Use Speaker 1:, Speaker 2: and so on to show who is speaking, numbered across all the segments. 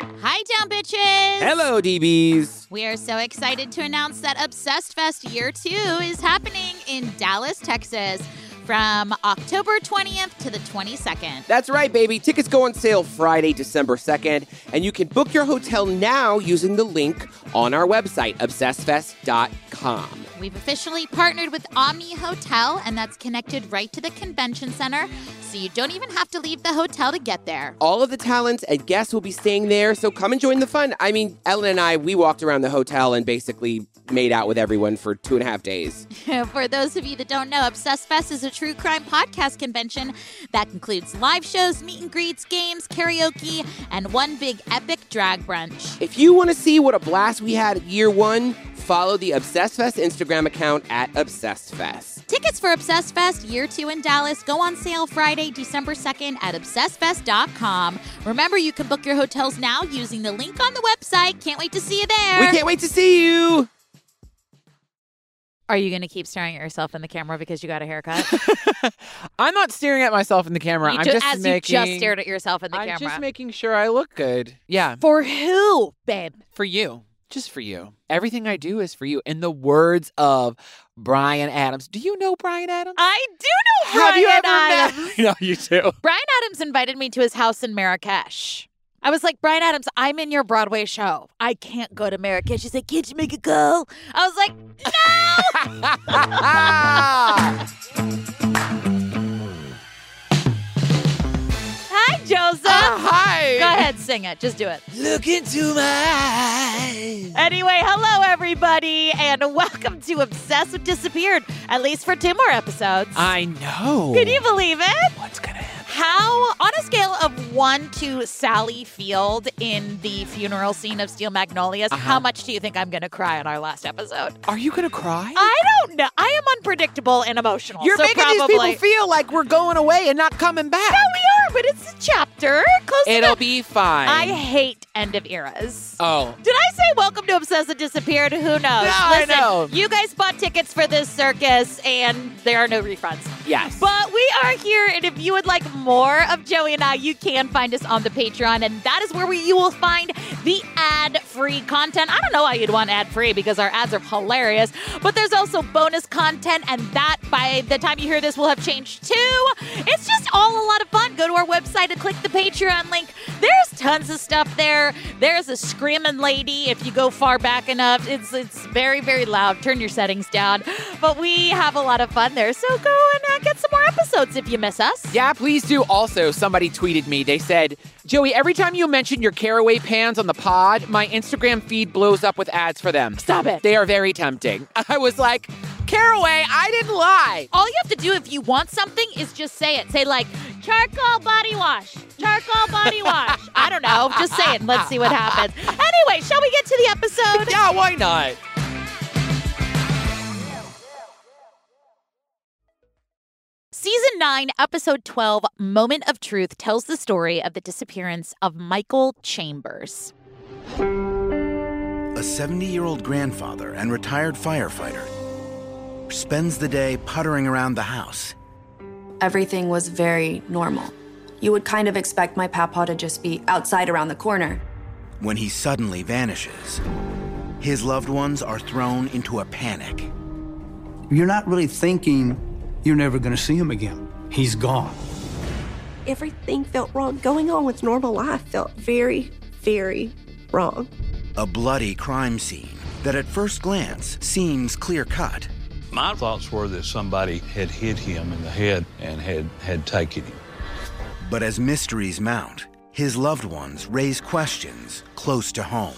Speaker 1: Hi, Town Bitches!
Speaker 2: Hello, DBs.
Speaker 1: We are so excited to announce that Obsessed Fest Year 2 is happening in Dallas, Texas from October 20th to the 22nd.
Speaker 2: That's right, baby. Tickets go on sale Friday, December 2nd, and you can book your hotel now using the link on our website, obsessfest.com.
Speaker 1: We've officially partnered with Omni Hotel, and that's connected right to the convention center, so you don't even have to leave the hotel to get there.
Speaker 2: All of the talents and guests will be staying there, so come and join the fun. I mean, Ellen and I, we walked around the hotel and basically made out with everyone for two and a half days.
Speaker 1: For those of you that don't know, Obsessed Fest is a true crime podcast convention that includes live shows, meet and greets, games, karaoke, and one big epic drag brunch.
Speaker 2: If you want to see what a blast we had at year one, follow the Obsessed Fest Instagram account at Obsessed Fest.
Speaker 1: Tickets for Obsessed Fest Year 2 in Dallas go on sale Friday, December 2nd at obsessedfest.com. Remember, you can book your hotels now using the link on the website. Can't wait to see you there.
Speaker 2: We can't wait to see you.
Speaker 1: Are you going to keep staring at yourself in the camera because you got a haircut?
Speaker 3: I'm not staring at myself in the camera.
Speaker 1: You
Speaker 3: I'm
Speaker 1: ju-
Speaker 3: just
Speaker 1: as
Speaker 3: making.
Speaker 1: you just stared at yourself in the
Speaker 3: I'm
Speaker 1: camera.
Speaker 3: just making sure I look good. Yeah,
Speaker 1: For who, babe?
Speaker 3: for you, just for you. Everything I do is for you. In the words of Brian Adams. Do you know Brian Adams?
Speaker 1: I do know
Speaker 3: Have
Speaker 1: Brian
Speaker 3: you ever
Speaker 1: Adams.
Speaker 3: met? no, you do.
Speaker 1: Brian Adams invited me to his house in Marrakesh. I was like, Brian Adams, I'm in your Broadway show. I can't go to Marrakesh. He's like, can't you make a call? I was like, no.
Speaker 3: Ah!
Speaker 1: Hi, Joseph.
Speaker 3: Oh. hi.
Speaker 1: Go ahead, sing it. Just do it.
Speaker 3: Look into my eyes.
Speaker 1: Anyway, hello, everybody, and welcome to Obsessed with Disappeared, at least for two more episodes.
Speaker 3: I know.
Speaker 1: Can you believe it?
Speaker 3: What's gonna happen?
Speaker 1: How, on a scale of one to Sally Field in the funeral scene of Steel Magnolias,
Speaker 3: Uh-huh.
Speaker 1: how much do you think I'm going to cry on our last episode?
Speaker 3: Are you gonna cry?
Speaker 1: I don't know. I am unpredictable and emotional.
Speaker 3: You're
Speaker 1: Uh, so
Speaker 3: making
Speaker 1: probably.
Speaker 3: these people feel like we're going away and not coming back.
Speaker 1: No, we are, but it's a chapter. Close
Speaker 3: It'll
Speaker 1: enough.
Speaker 3: be fine.
Speaker 1: I hate end of eras.
Speaker 3: oh,
Speaker 1: Did I say welcome to Obsessed and Disappeared? Who knows?
Speaker 3: I
Speaker 1: Listen,
Speaker 3: know.
Speaker 1: You guys bought tickets for this circus, and there are no refunds.
Speaker 3: yes.
Speaker 1: But we are here, and if you would like more of Joey and I, you can find us on the Patreon, and that is where we, you will find the ad-free content. I don't know why you'd want ad-free because our ads are hilarious, but there's also bonus content, and that by the time you hear this will have changed too. It's just all a lot of fun. Go to our website and click the Patreon link. There's tons of stuff there. There's a screaming lady. If you go far back enough, it's it's very very loud. Turn your settings down. But we have a lot of fun there, so go and uh, get some more episodes if you miss us.
Speaker 3: Yeah, please do. Also, somebody tweeted me. They said, Joey, every time you mention your caraway pans on the pod, my Instagram feed blows up with ads for them.
Speaker 1: Stop it.
Speaker 3: They are very tempting. I was like, Caraway, I didn't lie.
Speaker 1: All you have to do if you want something is just say it. Say like charcoal body wash, charcoal body wash. I don't know. Just say it and let's see what happens. Anyway, shall we get to the episode?
Speaker 3: Yeah, why not?
Speaker 1: Season 9, Episode 12, Moment of Truth tells the story of the disappearance of Michael Chambers.
Speaker 4: A 70 year old grandfather and retired firefighter spends the day puttering around the house.
Speaker 5: everything was very normal. You would kind of expect my papa to just be outside around the corner.
Speaker 4: when he suddenly vanishes. His loved ones are thrown into a panic.
Speaker 6: you're not really thinking you're never going to see him again. He's gone.
Speaker 7: everything felt wrong. Going on with normal life felt very, very wrong.
Speaker 4: A bloody crime scene that at first glance seems clear cut,
Speaker 8: My thoughts were that somebody had hit him in the head and had, had taken him.
Speaker 4: but as mysteries mount, his loved ones raise questions close to home.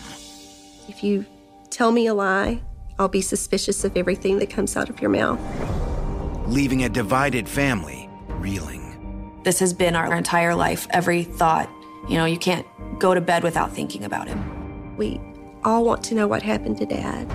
Speaker 7: If you tell me a lie, I'll be suspicious of everything that comes out of your mouth.
Speaker 4: leaving a divided family reeling.
Speaker 5: This has been our entire life, every thought. You know, you can't go to bed without thinking about it.
Speaker 7: We all want to know what happened to dad.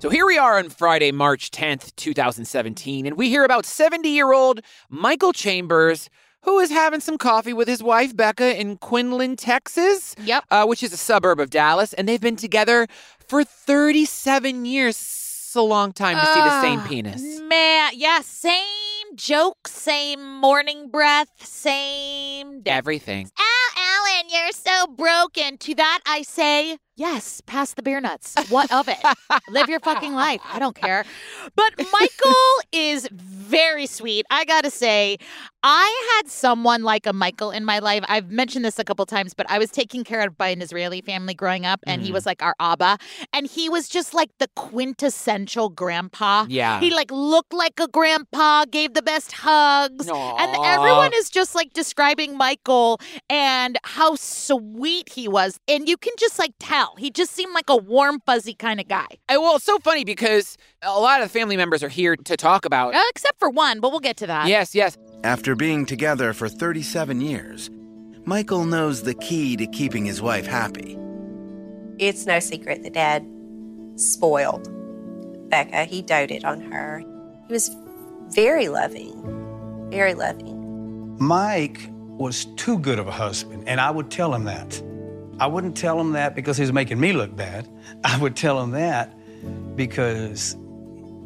Speaker 3: So here we are on Friday, March 10th, 2017, and we hear about 70 year old Michael Chambers, who is having some coffee with his wife, Becca, in Quinlan, Texas.
Speaker 1: Yep.
Speaker 3: Uh, which is a suburb of Dallas, and they've been together for 37 years. It's a long time to see the same penis.
Speaker 1: Man, yeah, same Same joke, same morning breath, same day.
Speaker 3: Everything.
Speaker 1: Oh, Alan, you're so broken. To that, I say, yes, pass the beer nuts. What of it? Live your fucking life. I don't care. But Michael is very sweet. I gotta say, I had someone like a Michael in my life. I've mentioned this a couple times, but I was taken care of by an Israeli family growing up, and he was like our Abba. And he was just like the quintessential grandpa.
Speaker 3: Yeah.
Speaker 1: He like looked like a grandpa, gave the best hugs. And
Speaker 3: Aw.
Speaker 1: everyone is just like describing Michael and how sweet he was. And you can just like tell. He just seemed like a warm, fuzzy kind of guy.
Speaker 3: And, well, it's so funny because a lot of the family members are here to talk about.
Speaker 1: Uh, except for one, but we'll get to that.
Speaker 3: Yes, yes.
Speaker 4: After being together for 37 years, Michael knows the key to keeping his wife happy.
Speaker 9: It's no secret that Dad spoiled Becca. He doted on her. He was very loving, very loving.
Speaker 6: Mike was too good of a husband, and I would tell him that. I wouldn't tell him that because he was making me look bad. I would tell him that because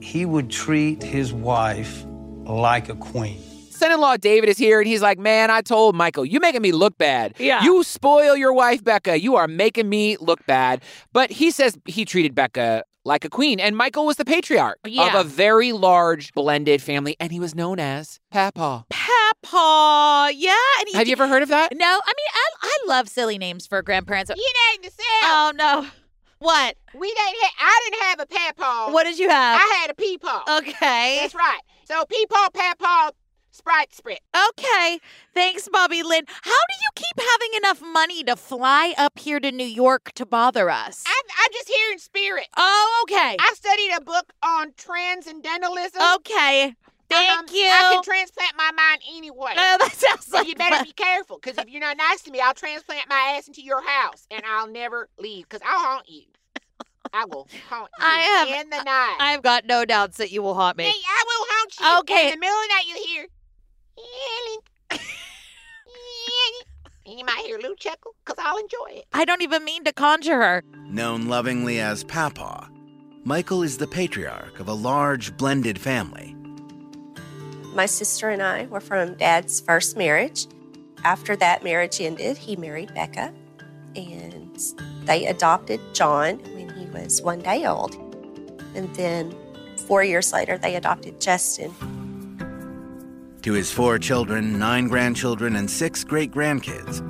Speaker 6: he would treat his wife like a queen.
Speaker 3: Son-in-law David is here, and he's like, "Man, I told Michael, you making me look bad.
Speaker 1: Yeah.
Speaker 3: you spoil your wife, Becca. You are making me look bad." But he says he treated Becca like a queen, and Michael was the patriarch
Speaker 1: Yeah.
Speaker 3: of a very large blended family, and he was known as Papa.
Speaker 1: Papa. Yeah. And he
Speaker 3: Have you ever heard of that?
Speaker 1: No, I mean, I, I love silly names for grandparents. You named yourself. Oh, no. What?
Speaker 10: We didn't have, I didn't have a
Speaker 3: Oh.
Speaker 10: papaw.
Speaker 1: What did you have?
Speaker 10: I had a peepaw.
Speaker 1: okay.
Speaker 10: That's right. So peepaw, papaw, sprite, sprit.
Speaker 1: Okay. Thanks, Bobby Lynn. How do you keep having enough money to fly up here to New York to bother us?
Speaker 10: I'm, I'm just here in spirit.
Speaker 1: oh, okay.
Speaker 10: I studied a book on transcendentalism.
Speaker 1: okay. Thank
Speaker 10: Um,
Speaker 1: you.
Speaker 10: I can transplant my mind anyway.
Speaker 1: Oh, that sounds
Speaker 10: So
Speaker 1: like
Speaker 10: you better
Speaker 1: fun.
Speaker 10: be careful, because if you're not nice to me, I'll transplant my ass into your house, and I'll never leave, because I'll haunt you. I will haunt you
Speaker 1: I have-
Speaker 10: in the night.
Speaker 1: I've got no doubts that you will haunt me.
Speaker 10: Hey, I will haunt you.
Speaker 1: Okay.
Speaker 10: In the middle of the night, you hear. "Ellen, Ellen," And you might hear a little chuckle, because I'll enjoy it.
Speaker 1: I don't even mean to conjure her.
Speaker 4: Known lovingly as Papa, Michael is the patriarch of a large blended family.
Speaker 9: My sister and I were from Dad's first marriage. After that marriage ended, he married Becca and they adopted John when he was one day old. And then four years later, they adopted Justin.
Speaker 4: To his four children, nine grandchildren, and six great grandkids,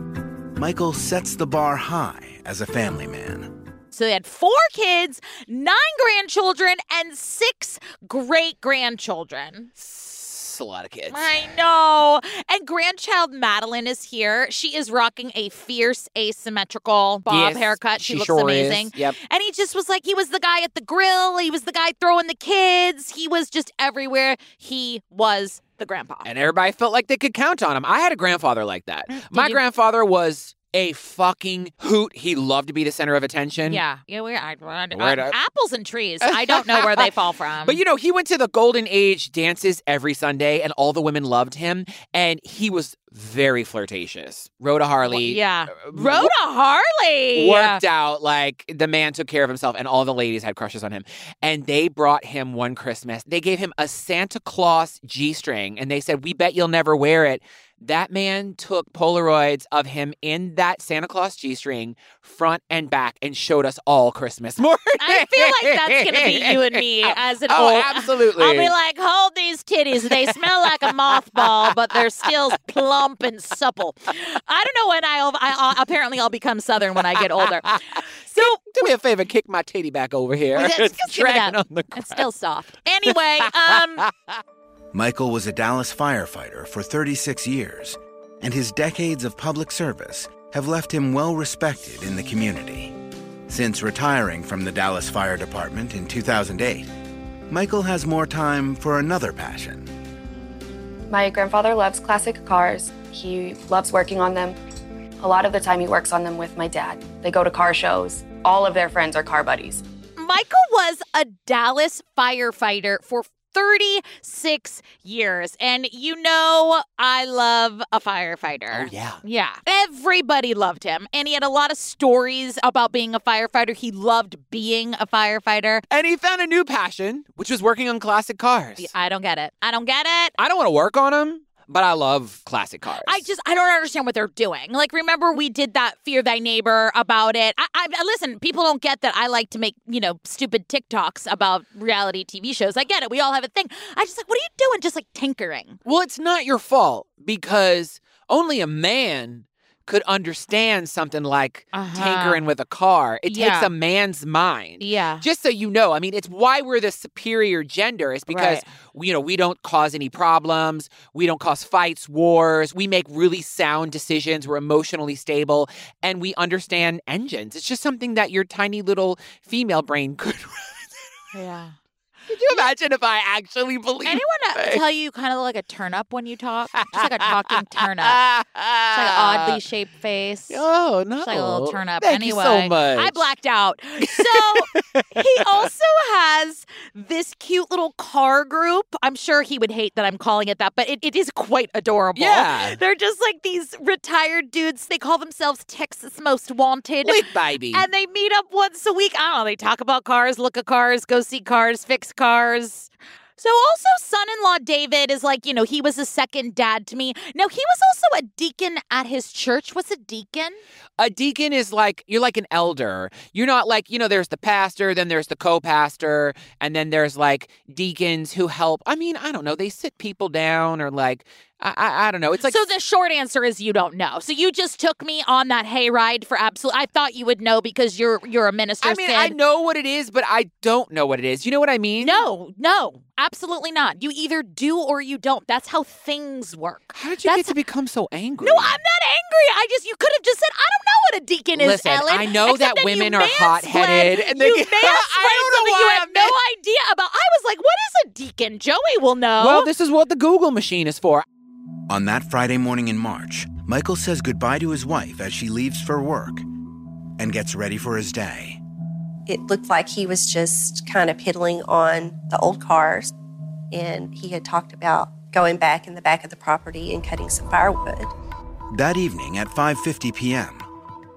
Speaker 4: Michael sets the bar high as a family man.
Speaker 1: So they had four kids, nine grandchildren, and six great grandchildren.
Speaker 3: It's a lot of kids.
Speaker 1: I know. And grandchild Madeline is here. She is rocking a fierce asymmetrical bob
Speaker 3: Yes,
Speaker 1: haircut. She,
Speaker 3: she
Speaker 1: looks
Speaker 3: sure is.
Speaker 1: amazing.
Speaker 3: Yep.
Speaker 1: And he just was like, he was the guy at the grill. He was the guy throwing the kids. He was just everywhere. He was the grandpa.
Speaker 3: and everybody felt like they could count on him. I had a grandfather like that. My
Speaker 1: Mm, you-
Speaker 3: grandfather was a fucking hoot. He loved to be the center of attention.
Speaker 1: yeah, yeah, we're, I, I,
Speaker 3: Right up.
Speaker 1: apples and trees. I don't know where they fall from.
Speaker 3: But you know, he went to the Golden Age dances every Sunday, and all the women loved him. And he was very flirtatious. Rhoda Harley,
Speaker 1: yeah,
Speaker 3: uh,
Speaker 1: Rhoda Harley.
Speaker 3: worked out like the man took care of himself and all the ladies had crushes on him and they brought him one christmas they gave him a santa claus g-string and they said we bet you'll never wear it that man took polaroids of him in that santa claus g-string front and back and showed us all christmas morning
Speaker 1: I feel like that's gonna be you and me as an
Speaker 3: oh
Speaker 1: old.
Speaker 3: absolutely
Speaker 1: I'll be like, hold these titties. They smell like a mothball, but they're still plump and supple. I don't know when I'll. I, I, apparently, I'll become Southern when I get older. So
Speaker 3: do me a favor kick my titty back over here
Speaker 1: Well, that's-
Speaker 3: It's
Speaker 1: just give me
Speaker 3: dragging
Speaker 1: that.
Speaker 3: on the
Speaker 1: it's still soft. Anyway, um,
Speaker 4: Michael was a Dallas firefighter for 36 years, and his decades of public service have left him well respected in the community. Since retiring from the Dallas Fire Department in 2008, Michael has more time for another passion.
Speaker 5: My grandfather loves classic cars. He loves working on them. A lot of the time, he works on them with my dad. They go to car shows. All of their friends are car buddies.
Speaker 1: Michael was a Dallas firefighter for 36 years. And you know, I love a firefighter.
Speaker 3: Oh, yeah.
Speaker 1: Yeah. Everybody loved him. And he had a lot of stories about being a firefighter. He loved being a firefighter.
Speaker 3: And he found a new passion, which was working on classic cars.
Speaker 1: I don't get it. I don't get it.
Speaker 3: I don't want to work on them, but I love classic cars.
Speaker 1: I just I don't understand what they're doing. Like, remember we did that "Fear Thy Neighbor" about it. I, I I- listen. People don't get that I like to make you know stupid TikToks about reality TV shows. I get it. We all have a thing. I just like, what are you doing? Just like tinkering.
Speaker 3: Well, it's not your fault because only a man could understand something like tinkering with a car. It takes
Speaker 1: Uh-huh. Yeah.
Speaker 3: a man's mind.
Speaker 1: Yeah.
Speaker 3: Just so you know, I mean, it's why we're the superior gender. It's because
Speaker 1: Right.
Speaker 3: we- you know we don't cause any problems, we don't cause fights, wars. We make really sound decisions. We're emotionally stable, and we understand engines. It's just something that your tiny little female brain could.
Speaker 1: Yeah.
Speaker 3: Could you imagine if I actually believed?
Speaker 1: Anyone uh,
Speaker 3: that?
Speaker 1: tell you kind of look like a turnip when you talk? Just like a talking turnip. It's like an oddly shaped face.
Speaker 3: Oh Ah. no!
Speaker 1: Just like a little turn up.
Speaker 3: Thank
Speaker 1: anyway,
Speaker 3: you so much.
Speaker 1: I blacked out. So he also has this cute little car group. I'm sure he would hate that I'm calling it that, but it, it is quite adorable.
Speaker 3: Yeah.
Speaker 1: They're just like these retired dudes. They call themselves Texas Most Wanted.
Speaker 3: Wait, baby.
Speaker 1: And they meet up once a week. I don't know. They talk about cars, look at cars, go see cars, fix cars. So, also, son in law David is like, you know, he was a second dad to me. Now, he was also a deacon at his church. What's a deacon?
Speaker 3: a deacon is like you're like an elder. You're not like you know. There's the pastor, then there's the co-pastor, and then there's like deacons who help. I mean, I don't know. They sit people down or like I I, I don't know. It's like
Speaker 1: so the short answer is you don't know. So you just took me on that hayride for absolute. I thought you would know because you're you're a
Speaker 3: I
Speaker 1: minister's
Speaker 3: mean,
Speaker 1: kid.
Speaker 3: I know what it is, but I don't know what it is. You know what I mean?
Speaker 1: no, no, absolutely not. You either do or you don't. That's how things work.
Speaker 3: How did you get to become so angry?
Speaker 1: No, I'm not angry. I just you could have just said I don't know what a deacon is,
Speaker 3: Listen,
Speaker 1: Ellen.
Speaker 3: I know
Speaker 1: Except
Speaker 3: that
Speaker 1: you
Speaker 3: women are
Speaker 1: mansplained-
Speaker 3: hot-headed and they
Speaker 1: you
Speaker 3: get- I
Speaker 1: mansplained
Speaker 3: don't know
Speaker 1: something
Speaker 3: why
Speaker 1: you have
Speaker 3: I'm
Speaker 1: no
Speaker 3: mad.
Speaker 1: idea about. I was like, what is a deacon? Joey will know.
Speaker 3: Well, this is what the Google machine is for.
Speaker 4: On that Friday morning in March, Michael says goodbye to his wife as she leaves for work and gets ready for his day.
Speaker 9: It looked like he was just kind of piddling on the old cars, and he had talked about going back in the back of the property and cutting some firewood.
Speaker 4: That evening at 5:50 p.m.,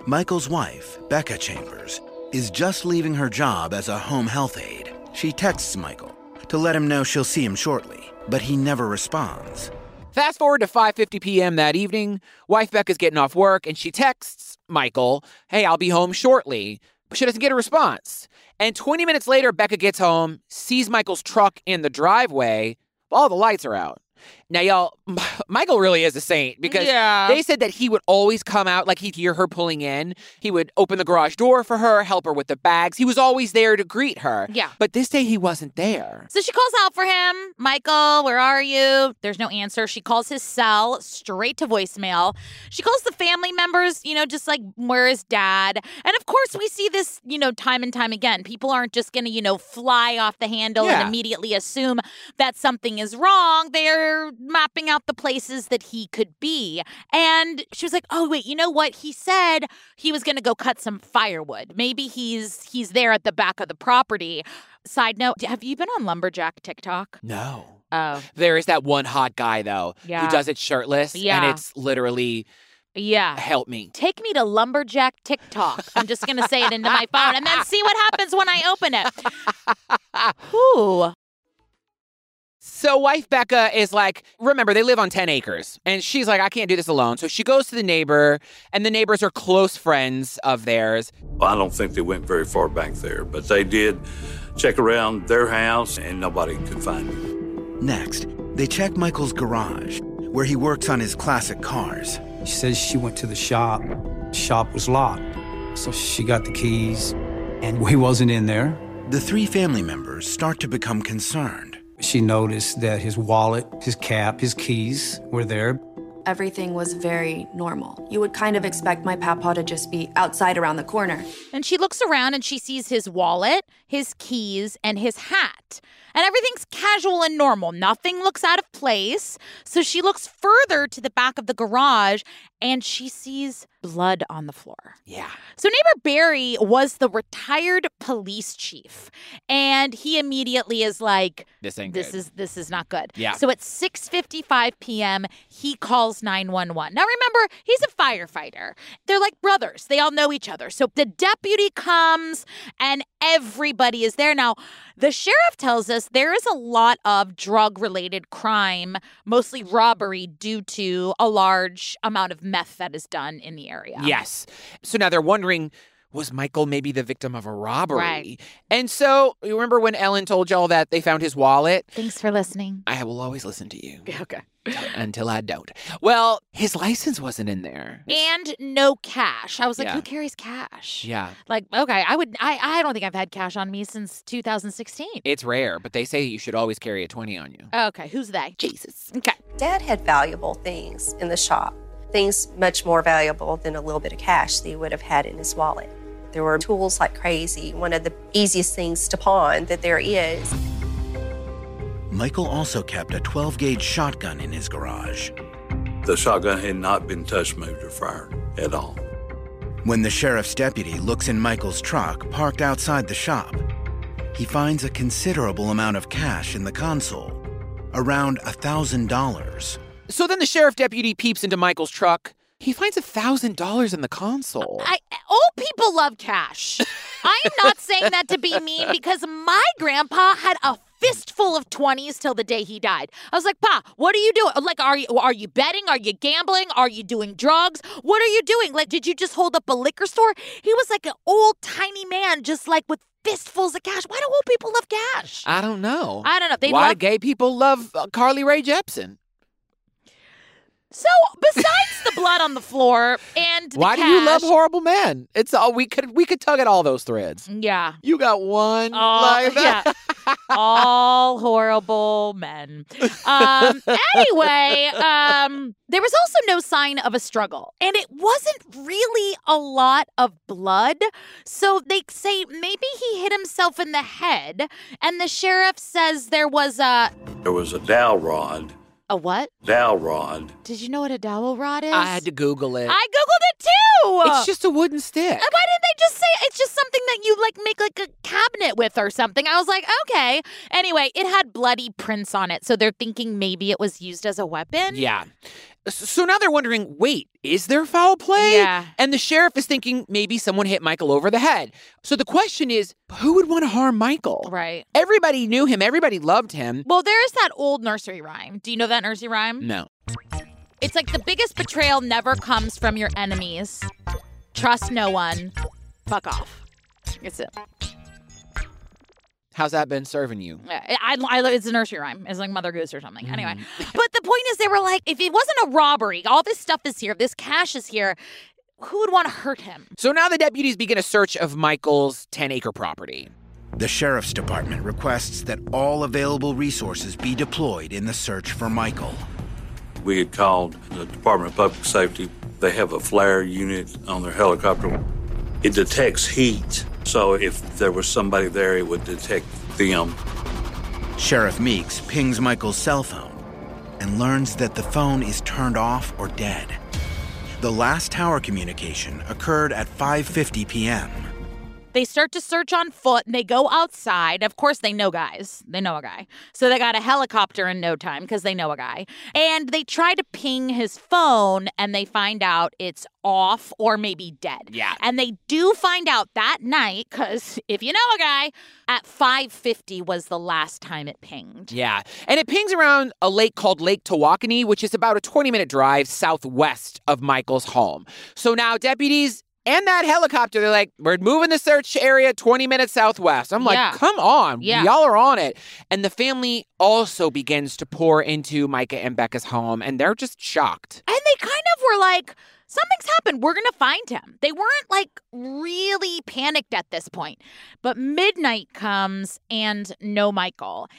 Speaker 4: Michael's wife, Becca Chambers, is just leaving her job as a home health aide. She texts Michael to let him know she'll see him shortly, but he never responds.
Speaker 3: Fast forward to 5:50 p.m. that evening. Wife Becca's getting off work and she texts Michael, "Hey, I'll be home shortly." But she doesn't get a response. And 20 minutes later, Becca gets home, sees Michael's truck in the driveway. All the lights are out. Now, y'all, Michael really is a saint because
Speaker 1: Yeah.
Speaker 3: they said that he would always come out, like he'd hear her pulling in. He would open the garage door for her, help her with the bags. He was always there to greet her.
Speaker 1: Yeah.
Speaker 3: But this day, he wasn't there.
Speaker 1: So she calls out for him, Michael, where are you? There's no answer. She calls his cell straight to voicemail. She calls the family members, you know, just like, where is dad? And of course, we see this, you know, time and time again. People aren't just going to, you know, fly off the handle
Speaker 3: Yeah.
Speaker 1: and immediately assume that something is wrong. They're mapping out the places that he could be. And she was like, oh, wait, you know what? He said he was going to go cut some firewood. Maybe he's he's there at the back of the property. Side note, have you been on Lumberjack TikTok?
Speaker 3: No.
Speaker 1: Oh,
Speaker 3: There is that one hot guy though who
Speaker 1: Yeah.
Speaker 3: does it shirtless, and
Speaker 1: Yeah. Ah.
Speaker 3: it's literally
Speaker 1: yeah.
Speaker 3: help me.
Speaker 1: Take me to Lumberjack TikTok. I'm just going to say it into my phone and then see what happens when I open it. Whew.
Speaker 3: So wife Becca is like, remember they live on ten acres, and she's like, I can't do this alone. So she goes to the neighbor, and the neighbors are close friends of theirs.
Speaker 11: Well, I don't think they went very far back there, but they did check around their house and nobody could find him.
Speaker 4: Next, they check Michael's garage, where he works on his classic cars.
Speaker 6: She says she went to the shop. Shop was locked. So she got the keys and he wasn't in there.
Speaker 4: The three family members start to become concerned.
Speaker 6: She noticed that his wallet, his cap, his keys were there.
Speaker 5: Everything was very normal. You would kind of expect my papa to just be outside around the corner.
Speaker 1: And she looks around and she sees his wallet, his keys, and his hat. And everything's casual and normal. Nothing looks out of place. So she looks further to the back of the garage and she sees blood on the floor.
Speaker 3: Yeah.
Speaker 1: So, neighbor Barry was the retired police chief, and he immediately is like,
Speaker 3: This ain't
Speaker 1: this
Speaker 3: good.
Speaker 1: is this is not good.
Speaker 3: Yeah.
Speaker 1: So at 6:55 p.m., he calls 911. Now remember, he's a firefighter. They're like brothers. They all know each other. So the deputy comes and everybody is there. Now, the sheriff tells us there is a lot of drug-related crime, mostly robbery due to a large amount of meth that is done in the area.
Speaker 3: Yes. So now they're wondering was Michael maybe the victim of a robbery?
Speaker 1: Right.
Speaker 3: And so you remember when Ellen told y'all that they found his wallet?
Speaker 1: Thanks for listening.
Speaker 3: I will always listen to you
Speaker 1: Okay.
Speaker 3: until I don't. Well, his license wasn't in there.
Speaker 1: And no cash. I was like,
Speaker 3: Yeah.
Speaker 1: who carries cash?
Speaker 3: Yeah.
Speaker 1: Like, okay, I would I I don't think I've had cash on me since 2016.
Speaker 3: It's rare, but they say you should always carry a 20 on you.
Speaker 1: Okay, who's they? Jesus. Okay.
Speaker 9: Dad had valuable things in the shop, things much more valuable than a little bit of cash that he would have had in his wallet. There were tools like crazy, one of the easiest things to pawn that there is.
Speaker 4: Michael also kept a 12 gauge shotgun in his garage.
Speaker 11: The shotgun had not been touched, moved, or fired at all.
Speaker 4: When the sheriff's deputy looks in Michael's truck parked outside the shop, he finds a considerable amount of cash in the console, around $1,000.
Speaker 3: So then the sheriff deputy peeps into Michael's truck. He finds a $1,000 in the console.
Speaker 1: I old people love cash. I'm not saying that to be mean because my grandpa had a fistful of 20s till the day he died. I was like, "Pa, what are you doing? Like are you are you betting? Are you gambling? Are you doing drugs? What are you doing? Like did you just hold up a liquor store?" He was like an old tiny man just like with fistfuls of cash. Why do old people love cash?
Speaker 3: I don't know.
Speaker 1: I don't know. They
Speaker 3: Why
Speaker 1: love-
Speaker 3: do gay people love uh, Carly Rae Jepsen?
Speaker 1: So, besides the blood on the floor and the
Speaker 3: Why do you love
Speaker 1: cash-
Speaker 3: horrible men? It's all we could we could tug at all those threads.
Speaker 1: Yeah.
Speaker 3: You got one
Speaker 1: All,
Speaker 3: like
Speaker 1: yeah. all horrible men. Um, anyway, um, there was also no sign of a struggle, and it wasn't really a lot of blood. So they say maybe he hit himself in the head, and the sheriff says there was a
Speaker 11: There was a dowel rod.
Speaker 1: a what?
Speaker 11: Dowel rod.
Speaker 1: Did you know what a dowel rod is?
Speaker 3: I had to Google it.
Speaker 1: I googled it too.
Speaker 3: It's just a wooden stick.
Speaker 1: And Uh, why didn't they just say it's just something that you like make like a cabinet with or something? I was like, okay. Anyway, it had bloody prints on it, so they're thinking maybe it was used as a weapon.
Speaker 3: Yeah. S- So now they're wondering, wait, is there foul play?
Speaker 1: Yeah.
Speaker 3: And the sheriff is thinking maybe someone hit Michael over the head. So the question is, who would want to harm Michael?
Speaker 1: Right. Mm-hmm.
Speaker 3: Everybody knew him, everybody loved him.
Speaker 1: Well, there is that old nursery rhyme. Do you know that nursery rhyme?
Speaker 3: No.
Speaker 1: It's like the biggest betrayal never comes from your enemies. Trust no one. Fuck off. It's it.
Speaker 3: How's that been serving you?
Speaker 1: I, I, I- it's a nursery rhyme. It's like Mother Goose or something. Anyway, but the point is, they were like, if it wasn't a robbery, all this stuff is here, this cash is here. Who would want to hurt him?
Speaker 3: So now the deputies begin a search of Michael's 10 acre property.
Speaker 4: The sheriff's department requests that all available resources be deployed in the search for Michael.
Speaker 11: We had called the Department of Public Safety. They have a flare unit on their helicopter. It detects heat, so if there was somebody there, it would detect them.
Speaker 4: Sheriff Meeks pings Michael's cell phone and learns that the phone is turned off or dead. The last tower communication occurred at 5:50 p.m.
Speaker 1: They start to search on foot and they go outside. Of course, they know guys. They know a guy. So they got a helicopter in no time because they know a guy. And they try to ping his phone and they find out it's off or maybe dead.
Speaker 3: Yeah.
Speaker 1: And they do find out that night because if you know a guy, at 5.50 was the last time it pinged.
Speaker 3: Yeah. And it pings around a lake called Lake Tawakoni, which is about a 20 minute drive southwest of Michael's home. So now deputies and that helicopter, they're like, we're moving the search area 20 minutes southwest. I'm like,
Speaker 1: Yeah.
Speaker 3: come on.
Speaker 1: Yeah.
Speaker 3: Y'all are on it. And the family also begins to pour into Micah and Becca's home, and they're just shocked.
Speaker 1: And they kind of were like, something's happened. We're going to find him. They weren't like really panicked at this point. But midnight comes and no Michael.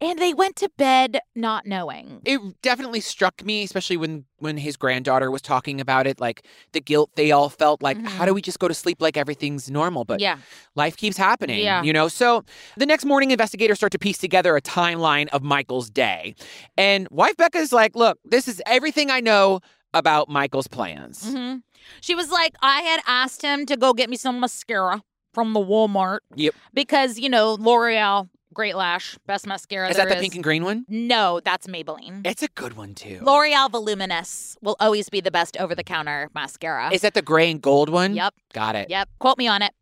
Speaker 1: And they went to bed not knowing.
Speaker 3: It definitely struck me, especially when when his granddaughter was talking about it, like the guilt they all felt. Like, how do we just go to sleep like everything's normal? But
Speaker 1: Mm-hmm. yeah.
Speaker 3: life keeps happening.
Speaker 1: Yeah.
Speaker 3: You know, so the next morning, investigators start to piece together a timeline of Michael's day. And wife Becca's like, look, this is everything I know about Michael's plans.
Speaker 1: hmm She was like, I had asked him to go get me some mascara from the Walmart
Speaker 3: Yep.
Speaker 1: because, you know, L'Oreal, Great Lash, best mascara.
Speaker 3: Is that
Speaker 1: there
Speaker 3: the pink and green one?
Speaker 1: No, that's Maybelline.
Speaker 3: It's a good one too.
Speaker 1: L'Oreal Voluminous will always be the best over the counter mascara.
Speaker 3: Is that the gray and gold one?
Speaker 1: Yep.
Speaker 3: Got it.
Speaker 1: Yep. Quote me on it.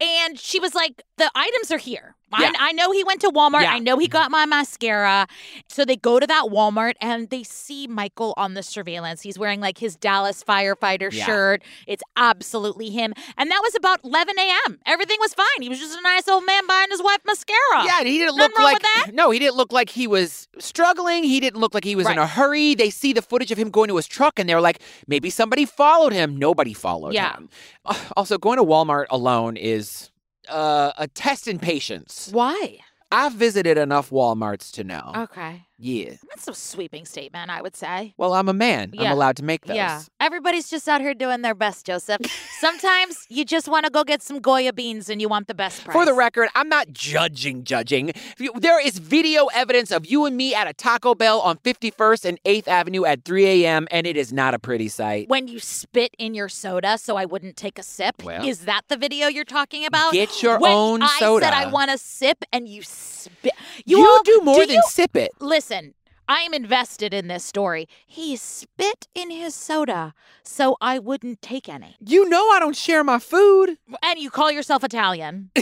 Speaker 1: And she was like, the items are here. I-
Speaker 3: Yeah.
Speaker 1: I, know he went to Walmart.
Speaker 3: Yeah.
Speaker 1: I know he got my mascara. So they go to that Walmart and they see Michael on the surveillance. He's wearing like his Dallas firefighter
Speaker 12: Yeah.
Speaker 1: shirt. It's absolutely him. And that was about 11 a.m. Everything was fine. He was just a nice old man buying his wife mascara.
Speaker 3: Yeah, and he didn't
Speaker 1: Nothing
Speaker 3: look
Speaker 1: wrong
Speaker 3: like
Speaker 1: with that.
Speaker 3: no, he didn't look like he was struggling. He didn't look like he was in a hurry. They see the footage of him going to his truck, and they're like, maybe somebody followed him. Nobody followed
Speaker 1: Yeah.
Speaker 3: him. Also, going to Walmart alone is uh, a test in patience.
Speaker 1: Why?
Speaker 3: I've visited enough WalMarts to know.
Speaker 1: Okay.
Speaker 3: Yeah.
Speaker 1: That's a sweeping statement, I would say.
Speaker 3: Well, I'm a man.
Speaker 1: Yeah.
Speaker 3: I'm allowed to make those.
Speaker 1: Yeah. Everybody's just out here doing their best, Joseph. Sometimes you just want to go get some Goya beans and you want the best price.
Speaker 3: For the record, I'm not judging, judging. You- There is video evidence of you and me at a Taco Bell on 51st and 8th Avenue at 3 a.m., and it is not a pretty sight.
Speaker 1: when you spit in your soda so I wouldn't take a sip.
Speaker 3: Well.
Speaker 1: is that the video you're talking about?
Speaker 3: Get your
Speaker 1: when
Speaker 3: own
Speaker 1: I
Speaker 3: soda.
Speaker 1: said I want a sip and you spit.
Speaker 3: You,
Speaker 1: all-
Speaker 3: do more than
Speaker 1: you-
Speaker 3: sip it.
Speaker 1: Listen, I am invested in this story. He spit in his soda so I wouldn't take any.
Speaker 3: You know I don't share my food.
Speaker 1: And you call yourself Italian.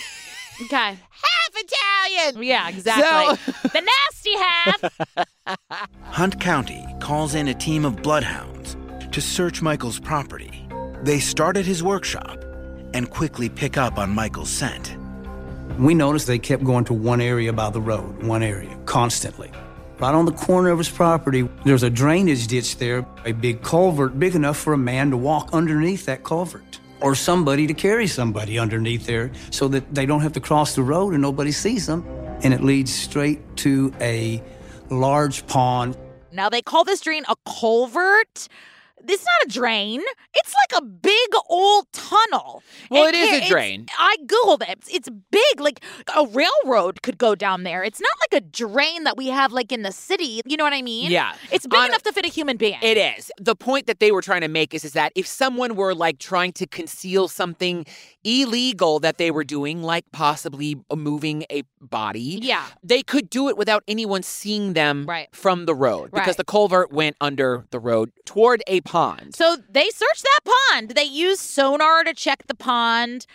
Speaker 1: okay.
Speaker 10: Half Italian.
Speaker 1: Yeah, exactly. the nasty half.
Speaker 4: Hunt County calls in a team of bloodhounds to search Michael's property. They start at his workshop and quickly pick up on Michael's scent.
Speaker 6: We noticed they kept going to one area by the road, one area, constantly. Right on the corner of his property, there's a drainage ditch there, a big culvert big enough for a man to walk underneath that culvert or somebody to carry somebody underneath there so that they don't have to cross the road and nobody sees them. And it leads straight to a large pond.
Speaker 1: Now they call this drain a culvert. It's not a drain. It's like a big old tunnel.
Speaker 3: Well,
Speaker 1: And
Speaker 3: it is a
Speaker 1: it's-
Speaker 3: drain.
Speaker 1: I googled it. It's, it's big. Like a railroad could go down there. It's not like a drain that we have like in the city. You know what I mean?
Speaker 3: Yeah.
Speaker 1: It's big
Speaker 3: On-
Speaker 1: enough to fit a human being.
Speaker 3: It is. The point that they were trying to make is, is that if someone were like trying to conceal something illegal that they were doing, like possibly uh, moving a body,
Speaker 1: Yeah.
Speaker 3: they could do it without anyone seeing them
Speaker 1: Right.
Speaker 3: from the road because
Speaker 1: Right.
Speaker 3: the culvert went under the road toward a pond.
Speaker 1: So they searched that pond. They used sonar to check the pond.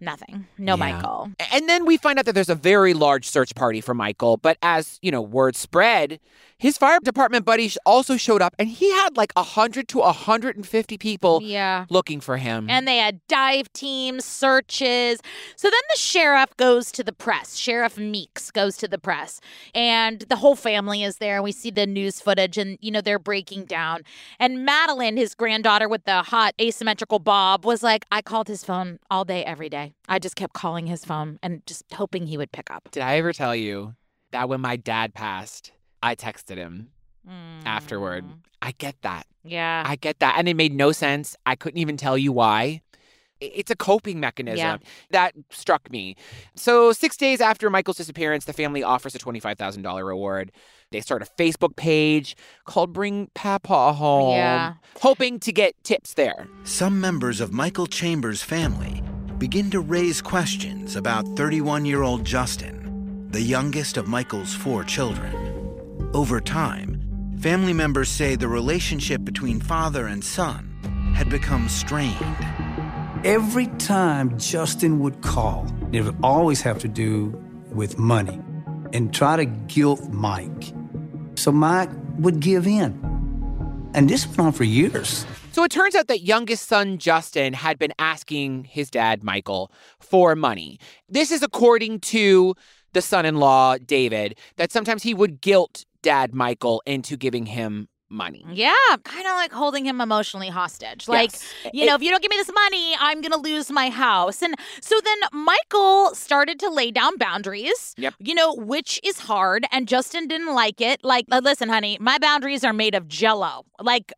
Speaker 1: Nothing. No Michael.
Speaker 3: A- And then we find out that there's a very large search party for Michael. But as, you know, word spread, his fire department buddies also showed up and he had like 100 to 150 people
Speaker 1: Yeah.
Speaker 3: looking for him.
Speaker 1: And they had dive teams, searches. So then the sheriff goes to the press. Sheriff Meeks goes to the press. And the whole family is there. We see the news footage and, you know, they're breaking down. And Madeline, his granddaughter with the hot asymmetrical bob, was like, I called his phone all day, every day. I just kept calling his phone and just hoping he would pick up.
Speaker 3: Did I ever tell you that when my dad passed, I texted him
Speaker 2: Mm,
Speaker 3: afterward? I get that.
Speaker 1: Yeah.
Speaker 3: I get that. And it made no sense. I couldn't even tell you why. I- It's a coping mechanism.
Speaker 1: Yeah.
Speaker 3: That struck me. So, six days after Michael's disappearance, the family offers a $25,000 reward. They start a Facebook page called Bring Papa Home,
Speaker 4: Yeah.
Speaker 3: hoping to get tips there.
Speaker 4: Some members of Michael Chambers' family begin to raise questions about 31 year old Justin, the youngest of Michael's four children. Over time, family members say the relationship between father and son had become strained.
Speaker 6: Every time Justin would call, it would always have to do with money and try to guilt Mike. So Mike would give in. And this went on for years.
Speaker 3: So it turns out that youngest son Justin had been asking his dad Michael for money. This is according to the son-in-law David that sometimes he would guilt dad Michael into giving him money.
Speaker 1: Yeah, kind of like holding him emotionally hostage. Like, you know, if you don't give me this money, I'm going to lose my house. And so then Michael started to lay down boundaries,
Speaker 3: Yep.
Speaker 1: you know, which is hard. And Justin didn't like it. Like, "Uh, listen, honey, my boundaries are made of jello. Like,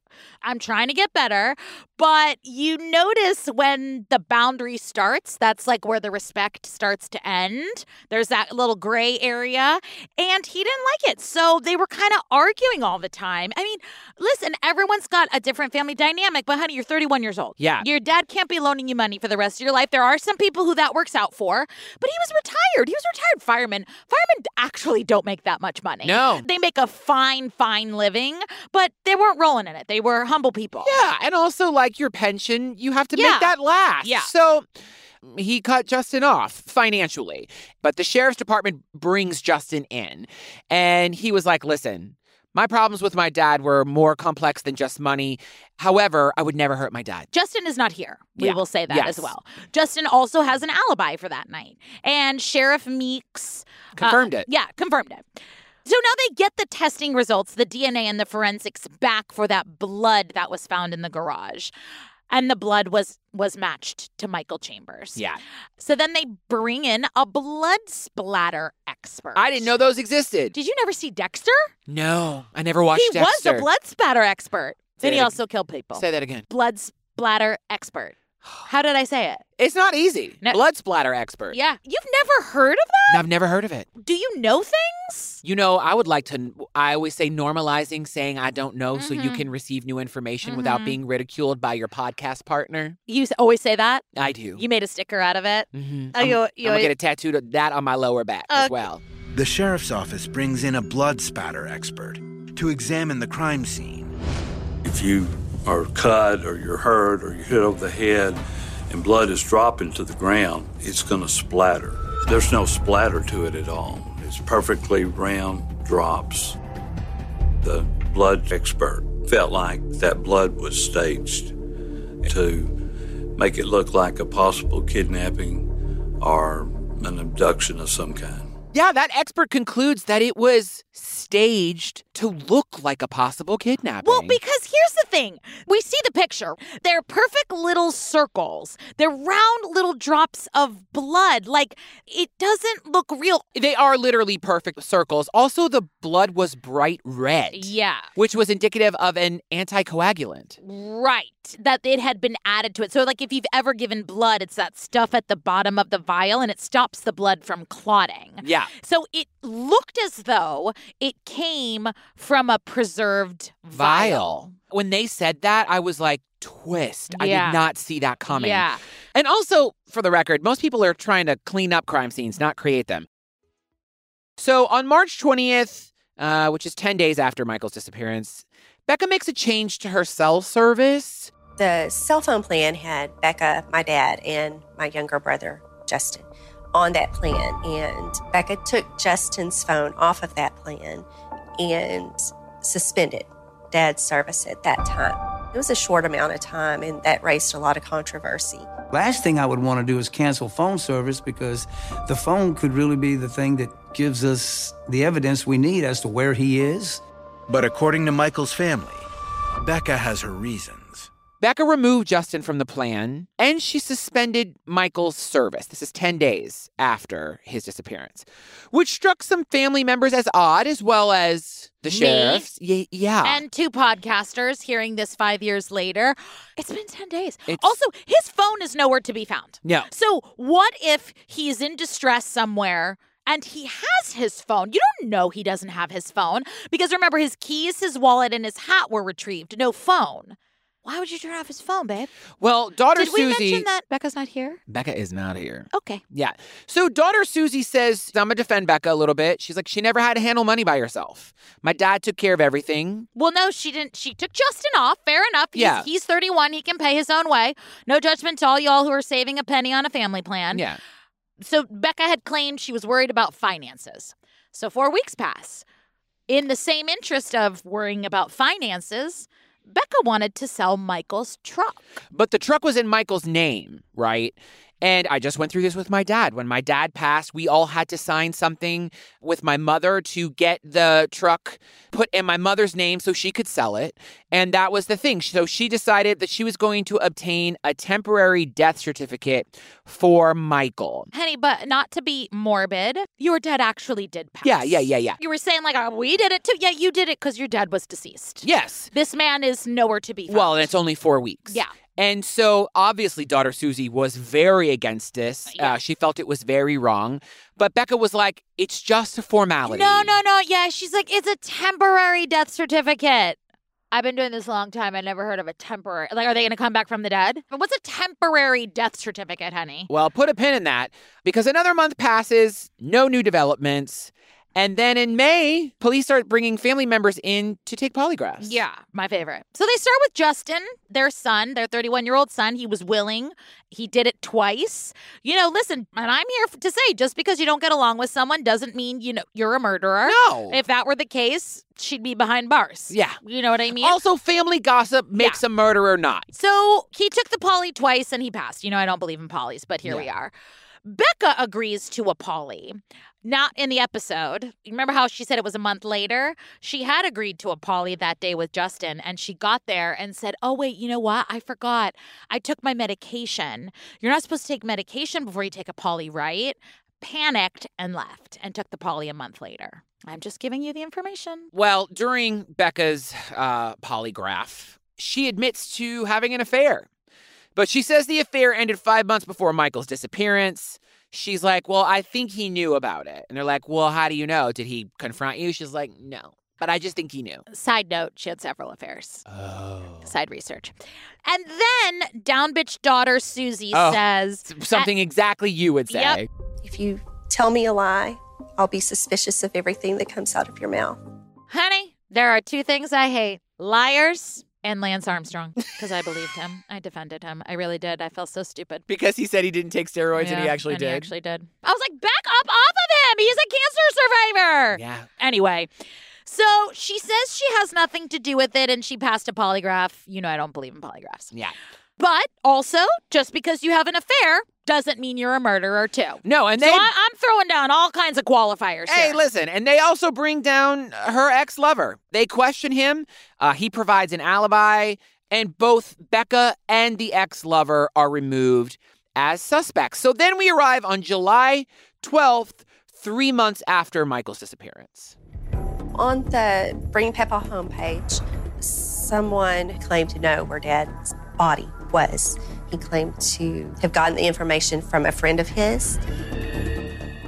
Speaker 1: I'm trying to get better. But you notice when the boundary starts, that's like where the respect starts to end. There's that little gray area. And he didn't like it. So they were kind of arguing all the time. I mean, listen, everyone's got a different family dynamic, but honey, you're 31 years old.
Speaker 3: Yeah.
Speaker 1: Your dad can't be loaning you money for the rest of your life. There are some people who that works out for, but he was retired. He was a retired fireman. Firemen actually don't make that much money.
Speaker 3: No.
Speaker 1: They make a fine, fine living, but they weren't rolling in it. They were humble people.
Speaker 3: Yeah, and also like your pension, you have to
Speaker 1: Yeah.
Speaker 3: make that last.
Speaker 1: Yeah.
Speaker 3: So mm, he cut Justin off financially, but the sheriff's department brings Justin in, and he was like, "Listen, my problems with my dad were more complex than just money. However, I would never hurt my dad."
Speaker 1: Justin is not here. We
Speaker 3: Yeah.
Speaker 1: will say that
Speaker 3: Yes.
Speaker 1: as well. Justin also has an alibi for that night. And Sheriff Meeks uh,
Speaker 3: Confirmed it.
Speaker 1: Yeah, confirmed it. So now they get the testing results, the DNA and the forensics back for that blood that was found in the garage. And the blood was was matched to Michael Chambers.
Speaker 3: Yeah.
Speaker 1: So then they bring in a blood splatter expert.
Speaker 3: I didn't know those existed.
Speaker 1: Did you never see Dexter?
Speaker 3: No, I never watched.
Speaker 1: he was a
Speaker 3: Dexter.
Speaker 1: blood splatter expert.
Speaker 3: Say
Speaker 1: Then he
Speaker 3: that ag-
Speaker 1: also killed people.
Speaker 3: Say that again.
Speaker 1: Blood splatter expert. How did I say it?
Speaker 3: It's not easy.
Speaker 1: No.
Speaker 3: Blood splatter expert.
Speaker 1: Yeah. You've never heard of that?
Speaker 3: I've never heard of it.
Speaker 1: Do you know things?
Speaker 3: You know, I would like to. I always say normalizing saying I don't know so you
Speaker 1: Mhm.
Speaker 3: can receive new information without
Speaker 1: Mhm.
Speaker 3: being ridiculed by your podcast partner.
Speaker 1: You s- always say that.
Speaker 3: I do.
Speaker 1: You made a sticker out of it.
Speaker 3: Mhm.
Speaker 1: Oh,
Speaker 3: I'm,
Speaker 1: you,
Speaker 3: I'm
Speaker 1: you,
Speaker 3: gonna get a tattoo of that on my lower back as
Speaker 1: Okay.
Speaker 3: well.
Speaker 4: The sheriff's office brings in a blood spatter expert to examine the crime scene.
Speaker 11: If you are cut or you're hurt or you're hit over the head and blood is dropping to the ground, it's going to splatter. There's no splatter to it at all. It's perfectly round drops. The blood expert felt like that blood was staged to make it look like a possible kidnapping or an abduction of some kind.
Speaker 3: Yeah, that expert concludes that it was staged to look like a possible kidnapping.
Speaker 1: Well, because here's the thing. We see the picture. They're perfect little circles. They're round little drops of blood. Like it doesn't look real.
Speaker 3: they are literally perfect circles. Also, the blood was bright red,
Speaker 1: Yeah.
Speaker 3: which was indicative of an anticoagulant.
Speaker 1: Right. That it had been added to it. So like if you've ever given blood, it's that stuff at the bottom of the vial and it stops the blood from clotting.
Speaker 3: Yeah.
Speaker 1: So it looked as though it came from a preserved vial.
Speaker 3: Vile. When they said that, I was like, twist. I
Speaker 1: Yeah.
Speaker 3: did not see that coming.
Speaker 1: Yeah.
Speaker 3: And also, for the record, most people are trying to clean up crime scenes, not create them. So on March 20th, uh, which is 10 days after Michael's disappearance, Becca makes a change to her cell service.
Speaker 9: The cell phone plan had Becca, my dad, and my younger brother, Justin, on that plan. And Becca took Justin's phone off of that plan and suspended dad's service at that time. It was a short amount of time, and that raised a lot of controversy.
Speaker 6: Last thing I would want to do is cancel phone service because the phone could really be the thing that gives us the evidence we need as to where he is.
Speaker 4: But according to Michael's family, Becca has her reasons.
Speaker 3: Becca removed Justin from the plan and she suspended Michael's service. This is 10 days after his disappearance, which struck some family members as odd, as well as the
Speaker 1: Me?
Speaker 3: sheriffs. Ye- yeah.
Speaker 1: And two podcasters hearing this five years later. It's been 10 days.
Speaker 3: It's-
Speaker 1: Also, his phone is nowhere to be found.
Speaker 3: no.
Speaker 1: So, what if he is in distress somewhere and he has his phone? You don't know he doesn't have his phone because remember, his keys, his wallet, and his hat were retrieved. No phone. Why would you turn off his phone, babe?
Speaker 3: Well, daughter
Speaker 1: Did we
Speaker 3: Susie.
Speaker 1: mention that Becca's not here?
Speaker 3: Becca is not here.
Speaker 1: Okay.
Speaker 3: Yeah. So daughter Susie says, I'm gonna defend Becca a little bit. She's like, she never had to handle money by herself. My dad took care of everything.
Speaker 1: Well, no, she didn't. She took Justin off. Fair enough. He's,
Speaker 3: Yeah.
Speaker 1: He's 31. He can pay his own way. No judgment to all y'all who are saving a penny on a family plan.
Speaker 3: Yeah.
Speaker 1: So Becca had claimed she was worried about finances. So four weeks pass. In the same interest of worrying about finances, Becca wanted to sell Michael's truck.
Speaker 3: But the truck was in Michael's name, right? And I just went through this with my dad. When my dad passed, we all had to sign something with my mother to get the truck put in my mother's name so she could sell it. And that was the thing. So she decided that she was going to obtain a temporary death certificate for Michael.
Speaker 1: Honey, but not to be morbid, your dad actually did pass.
Speaker 3: Yeah, yeah, yeah, yeah.
Speaker 1: You were saying, like, oh, we did it too. Yeah, you did it because your dad was deceased.
Speaker 3: Yes.
Speaker 1: This man is nowhere to be found.
Speaker 3: Well, and it's only four weeks.
Speaker 1: Yeah.
Speaker 3: And so obviously, daughter Susie was very against this.
Speaker 1: Yeah.
Speaker 3: Uh, she felt it was very wrong. But Becca was like, it's just a formality.
Speaker 1: No, no, no. Yeah, she's like, it's a temporary death certificate. I've been doing this a long time. I never heard of a temporary. Like, are they going to come back from the dead? But What's a temporary death certificate, honey?
Speaker 3: Well, put a pin in that because another month passes, no new developments. And then in May, police start bringing family members in to take polygraphs.
Speaker 1: Yeah, my favorite. So they start with Justin, their son, their 31 year old son. He was willing. He did it twice. You know, listen, and I'm here to say just because you don't get along with someone doesn't mean, you know, you're a murderer.
Speaker 3: No.
Speaker 1: If that were the case, she'd be behind bars.
Speaker 3: Yeah.
Speaker 1: You know what I mean?
Speaker 3: Also, family gossip makes a murderer not.
Speaker 1: So he took the poly twice and he passed. You know, I don't believe in polys, but here we are. Becca agrees to a poly. Not in the episode. Remember how she said it was a month later? She had agreed to a poly that day with Justin, and she got there and said, Oh, wait, you know what? I forgot. I took my medication. You're not supposed to take medication before you take a poly, right? Panicked and left and took the poly a month later. I'm just giving you the information.
Speaker 3: Well, during Becca's uh, polygraph, she admits to having an affair. But she says the affair ended five months before Michael's disappearance. She's like, Well, I think he knew about it. And they're like, Well, how do you know? Did he confront you? She's like, No, but I just think he knew.
Speaker 1: Side note, she had several affairs. Oh. Side research. And then down bitch daughter Susie
Speaker 3: Oh,
Speaker 1: says
Speaker 3: Something exactly you would say.
Speaker 1: Yep.
Speaker 9: If you tell me a lie, I'll be suspicious of everything that comes out of your mouth.
Speaker 1: Honey, there are two things I hate liars and Lance Armstrong. Because I believed him. I defended him. I really did. I felt so stupid.
Speaker 3: Because he said he didn't take steroids and he
Speaker 1: Yeah,
Speaker 3: actually
Speaker 1: and
Speaker 3: did.
Speaker 1: He actually did. I was like, back up off of him. He's a cancer survivor.
Speaker 3: Yeah.
Speaker 1: Anyway, so she says she has nothing to do with it and she passed a polygraph. You know, I don't believe in polygraphs.
Speaker 3: Yeah.
Speaker 1: But also, just because you have an affair doesn't mean you're a murderer, too.
Speaker 3: No, and
Speaker 1: So
Speaker 3: they-
Speaker 1: I, I'm throwing down all kinds of qualifiers.
Speaker 3: Hey,
Speaker 1: here.
Speaker 3: listen, and they also bring down her ex lover. They question him. Uh, he provides an alibi, and both Becca and the ex lover are removed as suspects. So then we arrive on July 12th, three months after Michael's disappearance.
Speaker 9: On the Bring Peppa homepage, someone claimed to know where Dad's body was. He claimed to have gotten the information from a friend of his.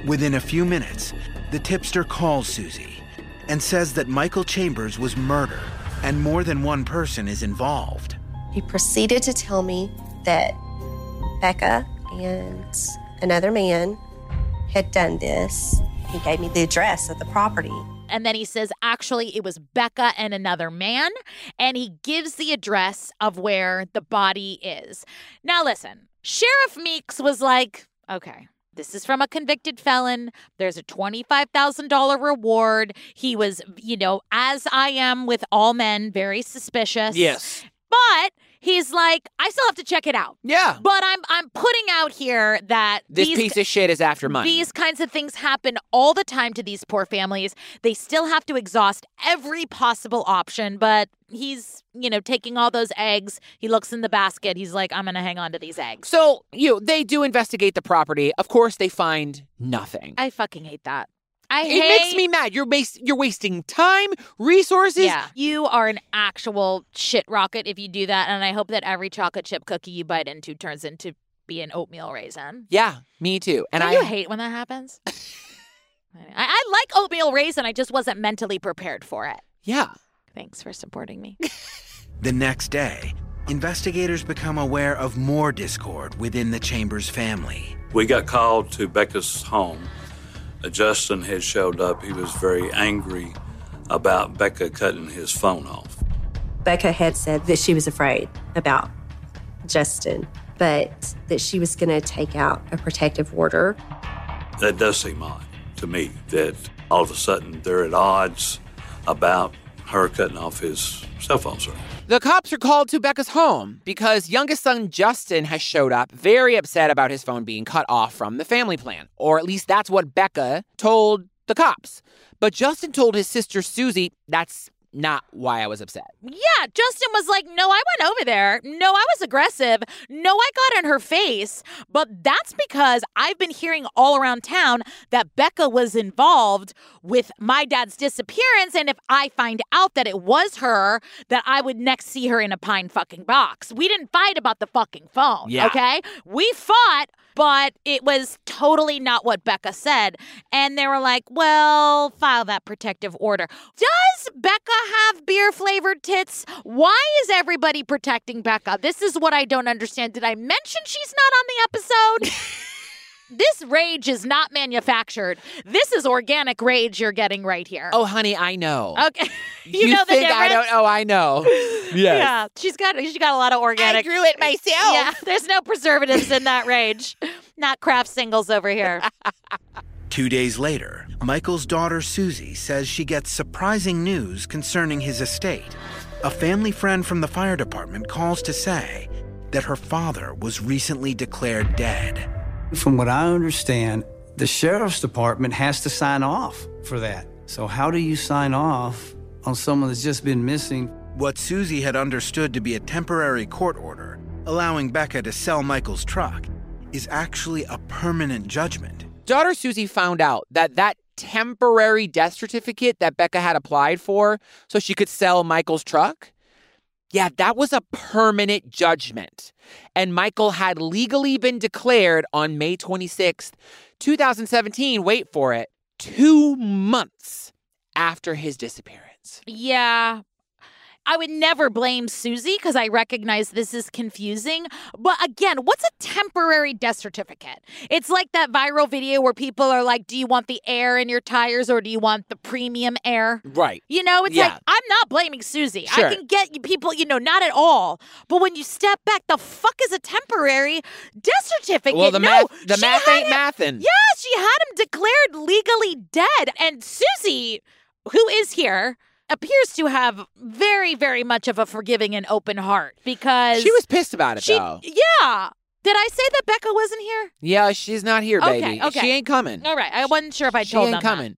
Speaker 4: Within a few minutes, the tipster calls Susie and says that Michael Chambers was murdered and more than one person is involved.
Speaker 9: He proceeded to tell me that Becca and another man had done this. He gave me the address of the property.
Speaker 1: And then he says, actually, it was Becca and another man. And he gives the address of where the body is. Now, listen, Sheriff Meeks was like, okay. This is from a convicted felon. There's a $25,000 reward. He was, you know, as I am with all men, very suspicious.
Speaker 3: Yes.
Speaker 1: But he's like, I still have to check it out.
Speaker 3: Yeah.
Speaker 1: But I'm I'm putting out here that
Speaker 3: This
Speaker 1: these
Speaker 3: piece of shit is after money.
Speaker 1: these kinds of things happen all the time to these poor families. They still have to exhaust every possible option, but he's, you know, taking all those eggs. He looks in the basket. He's like, I'm going to hang on to these eggs.
Speaker 3: so, you know, they do investigate the property. Of course, they find nothing.
Speaker 1: I fucking hate that. I
Speaker 3: it
Speaker 1: hate
Speaker 3: makes me mad. You're, was- you're wasting time, resources.
Speaker 1: Yeah. You are an actual shit rocket if you do that. And I hope that every chocolate chip cookie you bite into turns into be an oatmeal raisin.
Speaker 3: Yeah, me too. And
Speaker 1: Don't
Speaker 3: I
Speaker 1: you hate when that happens? I, I like oatmeal raisin. I just wasn't mentally prepared for it.
Speaker 3: Yeah.
Speaker 1: Thanks for supporting me.
Speaker 4: The next day, investigators become aware of more discord within the Chambers family.
Speaker 11: We got called to Becca's home. Uh, Justin had showed up. He was very angry about Becca cutting his phone off.
Speaker 9: Becca had said that she was afraid about Justin, but that she was going to take out a protective order.
Speaker 11: That does seem odd to me that all of a sudden they're at odds about her cutting off his cell phone service.
Speaker 3: The cops are called to Becca's home because youngest son Justin has showed up very upset about his phone being cut off from the family plan. Or at least that's what Becca told the cops. But Justin told his sister Susie, that's not why I was upset.
Speaker 1: Yeah, Justin was like, No, I went over there. No, I was aggressive. No, I got in her face. But that's because I've been hearing all around town that Becca was involved with my dad's disappearance. And if I find out that it was her, that I would next see her in a pine fucking box. We didn't fight about the fucking phone.
Speaker 3: Yeah.
Speaker 1: Okay. We fought, but it was totally not what Becca said. And they were like, well, file that protective order. Does Becca have beer flavored tits? Why is everybody protecting Becca? This is what I don't understand. Did I mention she's not on the episode? This rage is not manufactured. This is organic rage you're getting right here.
Speaker 3: Oh, honey, I know.
Speaker 1: Okay. you, know the
Speaker 3: think
Speaker 1: difference?
Speaker 3: I don't know? I know. Yes.
Speaker 1: Yeah, she's got she got a lot of organic.
Speaker 10: I grew it myself.
Speaker 1: Yeah, there's no preservatives in that rage. Not craft singles over here.
Speaker 4: Two days later, Michael's daughter Susie says she gets surprising news concerning his estate. A family friend from the fire department calls to say that her father was recently declared dead.
Speaker 6: From what I understand, the sheriff's department has to sign off for that. So, how do you sign off on someone that's just been missing?
Speaker 4: What Susie had understood to be a temporary court order allowing Becca to sell Michael's truck is actually a permanent judgment.
Speaker 3: Daughter Susie found out that that temporary death certificate that Becca had applied for so she could sell Michael's truck. Yeah, that was a permanent judgment. And Michael had legally been declared on May 26th, 2017, wait for it, two months after his disappearance.
Speaker 1: Yeah. I would never blame Susie because I recognize this is confusing. But again, what's a temporary death certificate? It's like that viral video where people are like, do you want the air in your tires or do you want the premium air?
Speaker 3: Right.
Speaker 1: You know, it's
Speaker 3: Mm. Yeah.
Speaker 1: like, I'm not blaming Susie.
Speaker 3: Sure.
Speaker 1: I can get you people, you know, not at all. But when you step back, the fuck is a temporary death certificate?
Speaker 3: Well, the
Speaker 1: no,
Speaker 3: math- the
Speaker 1: she
Speaker 3: math
Speaker 1: had
Speaker 3: ain't
Speaker 1: him-
Speaker 3: mathin'.
Speaker 1: Yeah, she had him declared legally dead. And Susie, who is here, appears to have very, very much of a forgiving and open heart because
Speaker 3: She was pissed about it,
Speaker 1: she-
Speaker 3: though.
Speaker 1: Yeah. Did I say that Becca wasn't here?
Speaker 3: Yeah, she's not here,
Speaker 1: Okay,
Speaker 3: baby.
Speaker 1: okay.
Speaker 3: She ain't coming.
Speaker 1: All right, I wasn't sure if I
Speaker 3: she
Speaker 1: told them
Speaker 3: ain't
Speaker 1: that.
Speaker 3: coming.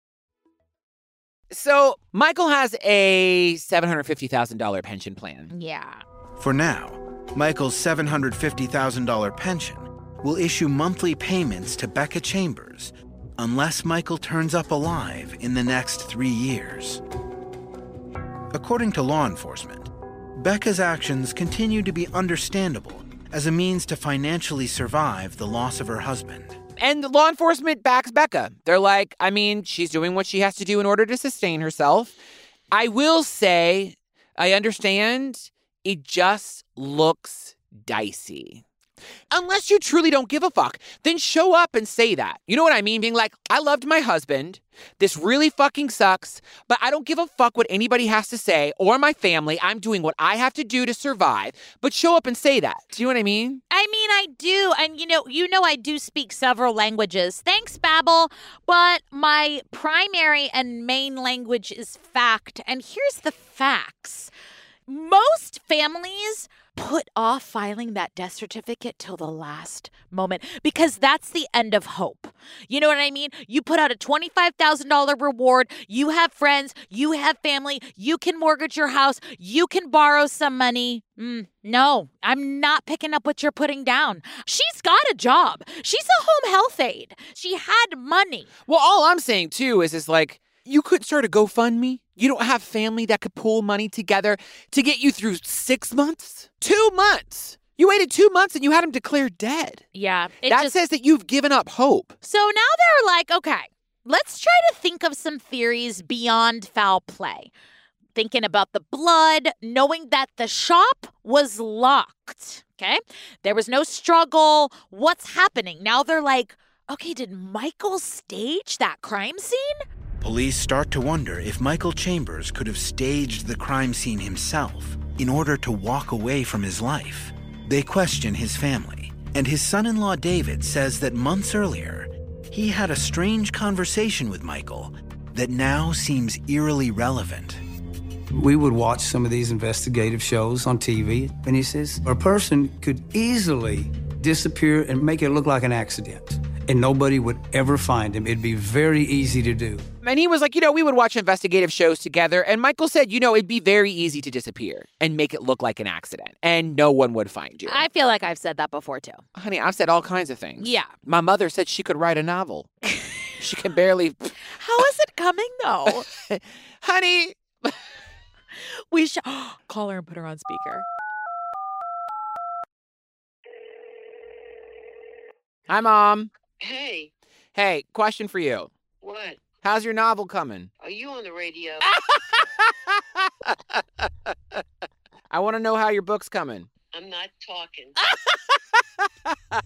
Speaker 3: So Michael has a $750,000 pension plan.
Speaker 1: Yeah.
Speaker 4: For now, Michael's $750,000 pension will issue monthly payments to Becca Chambers unless Michael turns up alive in the next three years. According to law enforcement, Becca's actions continue to be understandable as a means to financially survive the loss of her husband.
Speaker 3: And law enforcement backs Becca. They're like, I mean, she's doing what she has to do in order to sustain herself. I will say, I understand it just looks dicey. Unless you truly don't give a fuck, then show up and say that. You know what I mean? Being like, I loved my husband. This really fucking sucks, but I don't give a fuck what anybody has to say or my family. I'm doing what I have to do to survive, but show up and say that. Do you know what I mean?
Speaker 1: I mean, I do, and you know, you know, I do speak several languages. Thanks, Babbel, but my primary and main language is fact. And here's the facts: most families put off filing that death certificate till the last moment because that's the end of hope. You know what I mean? You put out a $25,000 reward, you have friends, you have family, you can mortgage your house, you can borrow some money. Mm, no, I'm not picking up what you're putting down. She's got a job. She's a home health aide. She had money.
Speaker 3: Well, all I'm saying too is, is like you couldn't start a GoFundMe. You don't have family that could pull money together to get you through six months, two months. You waited two months and you had him declared dead.
Speaker 1: Yeah. it
Speaker 3: that
Speaker 1: just-
Speaker 3: says that you've given up hope.
Speaker 1: So now they're like, okay, let's try to think of some theories beyond foul play. Thinking about the blood, knowing that the shop was locked. Okay. There was no struggle. What's happening? Now they're like, okay, did Michael stage that crime scene?
Speaker 4: Police start to wonder if Michael Chambers could have staged the crime scene himself in order to walk away from his life. They question his family, and his son in law David says that months earlier, he had a strange conversation with Michael that now seems eerily relevant.
Speaker 6: We would watch some of these investigative shows on TV, and he says a person could easily disappear and make it look like an accident, and nobody would ever find him. It'd be very easy to do.
Speaker 3: And he was like, you know, we would watch investigative shows together. And Michael said, you know, it'd be very easy to disappear and make it look like an accident, and no one would find you.
Speaker 1: I feel like I've said that before too.
Speaker 3: Honey, I've said all kinds of things.
Speaker 1: Yeah.
Speaker 3: My mother said she could write a novel. she can barely.
Speaker 1: How is it coming though?
Speaker 3: Honey.
Speaker 1: we should call her and put her on speaker.
Speaker 3: Hi, mom.
Speaker 12: Hey,
Speaker 3: Hey, question for you.
Speaker 12: what?
Speaker 3: How's your novel coming?
Speaker 12: Are Oh, you on the radio?
Speaker 3: I want to know how your book's coming.
Speaker 12: I'm not talking.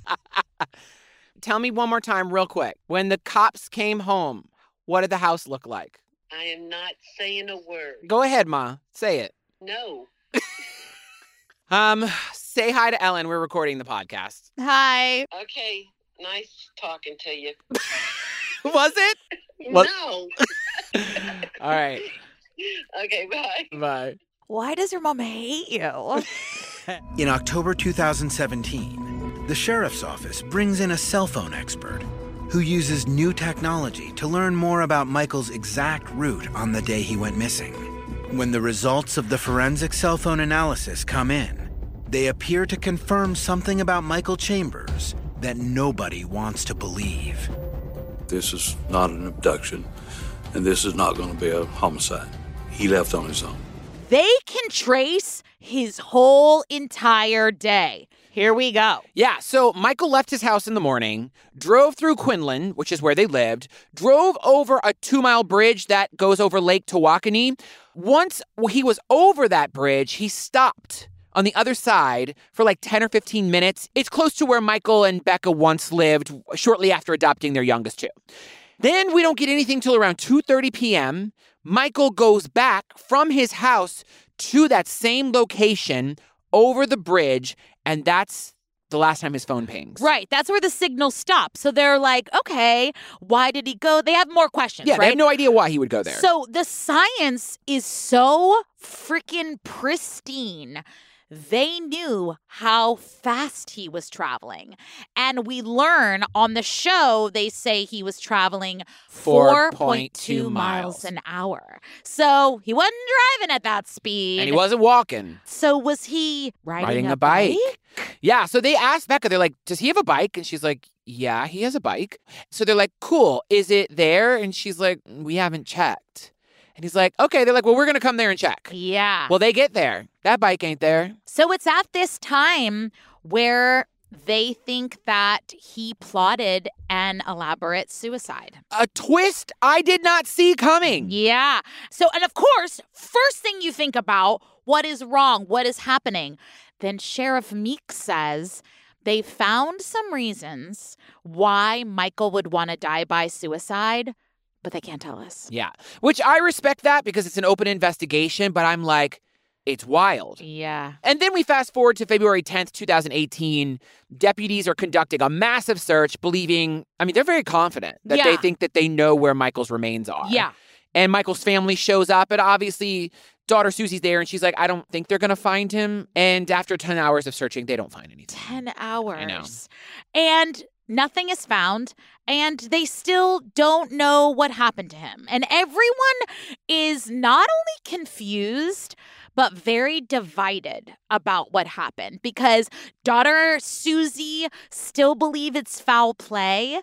Speaker 3: Tell me one more time, real quick. When the cops came home, what did the house look like?
Speaker 12: I am not saying a word.
Speaker 3: Go ahead, Ma. Say it.
Speaker 12: No.
Speaker 3: Um, say hi to Ellen. We're recording the podcast.
Speaker 1: Hi.
Speaker 12: Okay. Nice talking to you.
Speaker 3: Was it? What-
Speaker 12: No.
Speaker 3: All right.
Speaker 12: okay, bye.
Speaker 3: Bye.
Speaker 1: Why does your mom hate you?
Speaker 4: In October 2017, the sheriff's office brings in a cell phone expert who uses new technology to learn more about Michael's exact route on the day he went missing. When the results of the forensic cell phone analysis come in, they appear to confirm something about Michael Chambers that nobody wants to believe.
Speaker 11: This is not an abduction, and this is not going to be a homicide. He left on his own.
Speaker 1: They can trace his whole entire day. Here we go.
Speaker 3: Yeah, so Michael left his house in the morning, drove through Quinlan, which is where they lived, drove over a two mile bridge that goes over Lake Tawakoni. Once he was over that bridge, he stopped on the other side for like 10 or 15 minutes. It's close to where Michael and Becca once lived shortly after adopting their youngest two. Then we don't get anything till around 2:30 p.m. Michael goes back from his house to that same location over the bridge and that's the last time his phone pings.
Speaker 1: Right. That's where the signal stops. So they're like, okay, why did he go? They have more questions,
Speaker 3: Yeah,
Speaker 1: right?
Speaker 3: they have no idea why he would go there.
Speaker 1: So the science is so freaking pristine. They knew how fast he was traveling. And we learn on the show, they say he was traveling
Speaker 3: 4.2
Speaker 1: 4.2
Speaker 3: miles.
Speaker 1: miles an hour. So he wasn't driving at that speed.
Speaker 3: and he wasn't walking.
Speaker 1: So was he riding,
Speaker 3: a bike. Yeah, so they asked Becca, they're like, "Does he have a bike?" And she's like, "Yeah, he has a bike." So they're like, "Cool, is it there?" And she's like, "Mm, "We haven't checked." And he's like, "Okay." They're like, "Well, we're gonna come there and check."
Speaker 1: Yeah.
Speaker 3: Well, they get there. That bike ain't there.
Speaker 1: So it's at this time where they think that he plotted an elaborate suicide.
Speaker 3: A twist I did not see coming.
Speaker 1: Yeah. So, and of course, first thing you think about what is wrong? What is happening? Then Sheriff Meek says they found some reasons why Michael would want to die by suicide, but they can't tell us.
Speaker 3: Yeah. Which I respect that because it's an open investigation, but I'm like, it's wild.
Speaker 1: Yeah.
Speaker 3: And then we fast forward to February 10th, 2018. Deputies are conducting a massive search, believing, I mean, they're very confident that they
Speaker 1: Yeah.
Speaker 3: think that they know where Michael's remains are.
Speaker 1: Yeah.
Speaker 3: And Michael's family shows up, and obviously, daughter Susie's there, and she's like, I don't think they're going to find him. And after 10 hours of searching, they don't find anything.
Speaker 1: 10 hours. And nothing is found. And they still don't know what happened to him. And everyone is not only confused, but very divided about what happened because daughter Susie still believe it's foul play,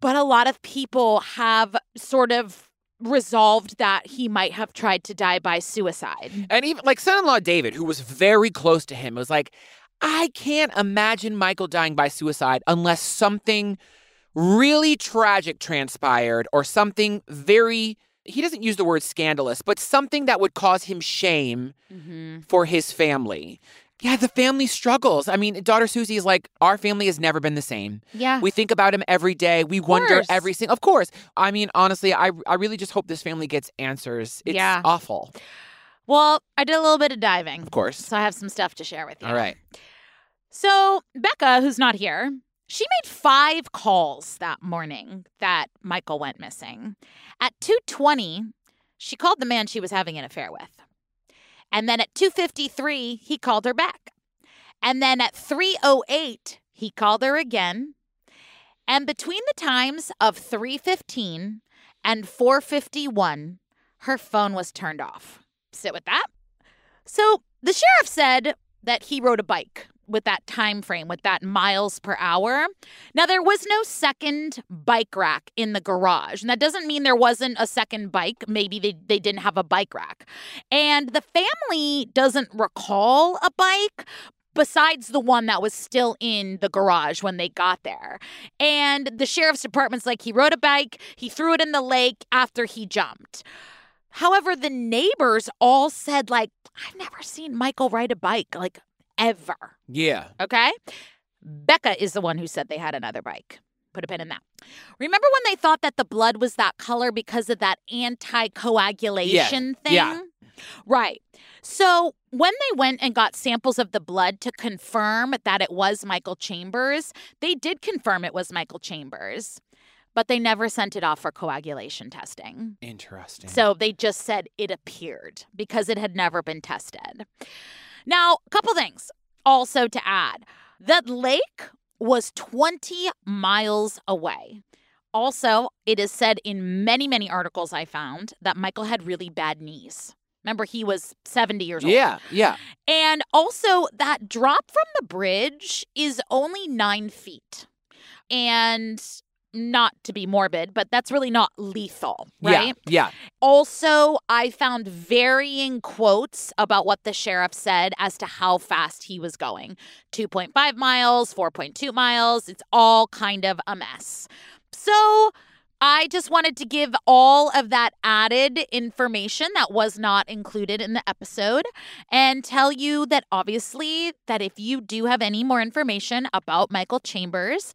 Speaker 1: but a lot of people have sort of resolved that he might have tried to die by suicide.
Speaker 3: And even like son in law David, who was very close to him, was like, I can't imagine Michael dying by suicide unless something really tragic transpired or something very, he doesn't use the word scandalous, but something that would cause him shame
Speaker 1: Mm-hmm.
Speaker 3: for his family. Yeah, the family struggles. I mean, daughter Susie is like, our family has never been the same.
Speaker 1: Yeah.
Speaker 3: We think about him every day. We wonder
Speaker 1: course.
Speaker 3: every single. Of course. I mean, honestly, I I really just hope this family gets answers. It's
Speaker 1: Yeah.
Speaker 3: awful.
Speaker 1: Well, I did a little bit of diving.
Speaker 3: Of course.
Speaker 1: So I have some stuff to share with you.
Speaker 3: All right.
Speaker 1: So, Becca, who's not here, she made 5 calls that morning that Michael went missing. At 2:20, she called the man she was having an affair with. And then at 2:53, he called her back. And then at 3:08, he called her again. And between the times of 3:15 and 4:51, her phone was turned off. Sit with that. So the sheriff said that he rode a bike with that time frame, with that miles per hour. Now there was no second bike rack in the garage. And that doesn't mean there wasn't a second bike. Maybe they, they didn't have a bike rack. And the family doesn't recall a bike, besides the one that was still in the garage when they got there. And the sheriff's department's like, he rode a bike, he threw it in the lake after he jumped. However, the neighbors all said, like, I've never seen Michael ride a bike, like, ever.
Speaker 3: Yeah.
Speaker 1: Okay? Becca is the one who said they had another bike. Put a pin in that. Remember when they thought that the blood was that color because of that anticoagulation thing?
Speaker 3: Yeah.
Speaker 1: Right. So when they went and got samples of the blood to confirm that it was Michael Chambers, they did confirm it was Michael Chambers, but they never sent it off for coagulation testing.
Speaker 3: Interesting.
Speaker 1: So they just said it appeared because it had never been tested. Now, a couple things also to add. The lake was 20 miles away. Also, it is said in many, many articles I found that Michael had really bad knees. Remember, he was 70 years old.
Speaker 3: Yeah. Yeah.
Speaker 1: And also, that drop from the bridge is only nine feet. And not to be morbid, but that's really not lethal, right?
Speaker 3: Yeah. Yeah.
Speaker 1: Also, I found varying quotes about what the sheriff said as to how fast he was going 2.5 miles, 4.2 miles. It's all kind of a mess. So, I just wanted to give all of that added information that was not included in the episode and tell you that obviously that if you do have any more information about Michael Chambers,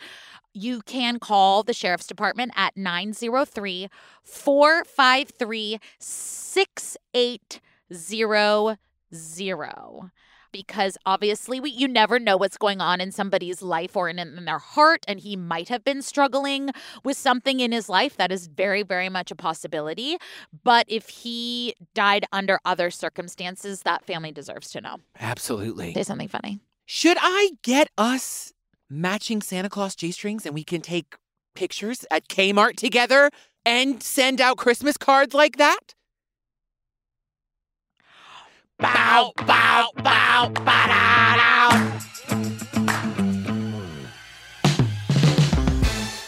Speaker 1: you can call the sheriff's department at 903 453 6800 because obviously we, you never know what's going on in somebody's life or in, in their heart and he might have been struggling with something in his life that is very very much a possibility but if he died under other circumstances that family deserves to know
Speaker 3: Absolutely.
Speaker 1: say something funny
Speaker 3: Should I get us matching Santa Claus G strings and we can take pictures at Kmart together and send out Christmas cards like that? Bow, bow, bow, ba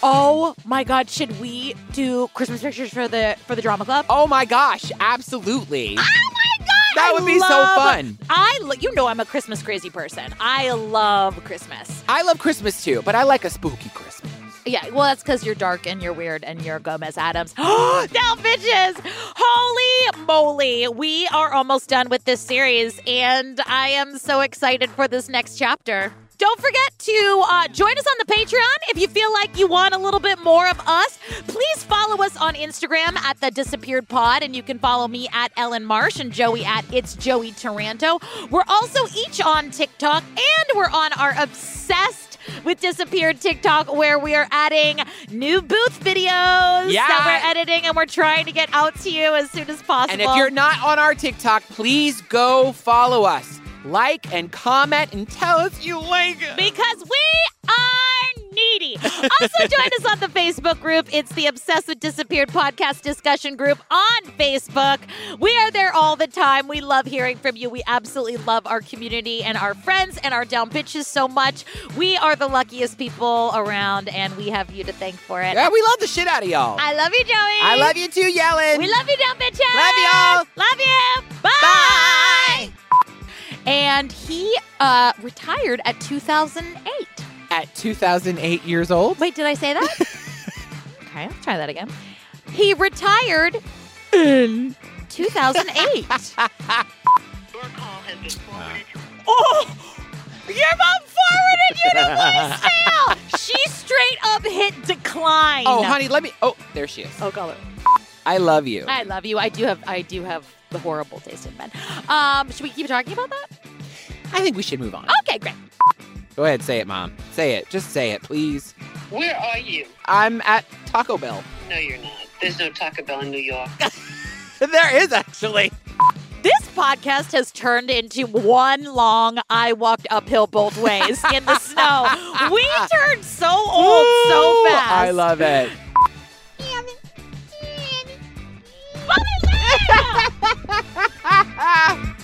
Speaker 1: oh my god should we do christmas pictures for the for the drama club
Speaker 3: oh my gosh absolutely
Speaker 1: that
Speaker 3: would be so fun.
Speaker 1: i lo- you know i'm a christmas crazy person i love christmas
Speaker 3: I love Christmas too, but I like a spooky Christmas.
Speaker 1: Yeah, well, that's because you're dark and you're weird and you're Gomez Adams. now, bitches! Holy moly! We are almost done with this series, and I am so excited for this next chapter. Don't forget to uh, join us on the Patreon if you feel like you want a little bit more of us. Please follow us on Instagram at the Disappeared Pod, and you can follow me at Ellen Marsh and Joey at It's Joey Taranto. We're also each on TikTok, and we're on our obsessed with Disappeared TikTok, where we are adding new booth videos
Speaker 3: Yeah.
Speaker 1: that we're editing and we're trying to get out to you as soon as possible.
Speaker 3: And if you're not on our TikTok, please go follow us. Like and comment and tell us you like it.
Speaker 1: Because we are needy. Also, join us on the Facebook group. It's the Obsessed with Disappeared podcast discussion group on Facebook. We are there all the time. We love hearing from you. We absolutely love our community and our friends and our down pitches so much. We are the luckiest people around, and we have you to thank for it.
Speaker 3: Yeah, we love the shit out of y'all.
Speaker 1: I love you, Joey.
Speaker 3: I love you too, Yellen.
Speaker 1: We love you, down bitches.
Speaker 3: Love y'all.
Speaker 1: Love you. Bye. And he uh, retired at 2008.
Speaker 3: At 2008 years old.
Speaker 1: Wait, did I say that? okay, let's try that again. He retired in 2008. oh, your mom forwarded you to voicemail. She straight up hit decline.
Speaker 3: Oh, honey, let me. Oh, there she is.
Speaker 1: Oh, color.
Speaker 3: I love you.
Speaker 1: I love you. I do have. I do have the horrible taste in men. Um, should we keep talking about that?
Speaker 3: I think we should move on.
Speaker 1: Okay, great.
Speaker 3: Go ahead, say it, Mom. Say it. Just say it, please.
Speaker 12: Where are you?
Speaker 3: I'm at Taco Bell.
Speaker 12: No, you're not. There's no Taco Bell in New York.
Speaker 3: There is actually.
Speaker 1: This podcast has turned into one long I walked uphill both ways in the snow. We turned so old so
Speaker 3: Ooh,
Speaker 1: fast.
Speaker 3: I love it.
Speaker 1: Mother Lena!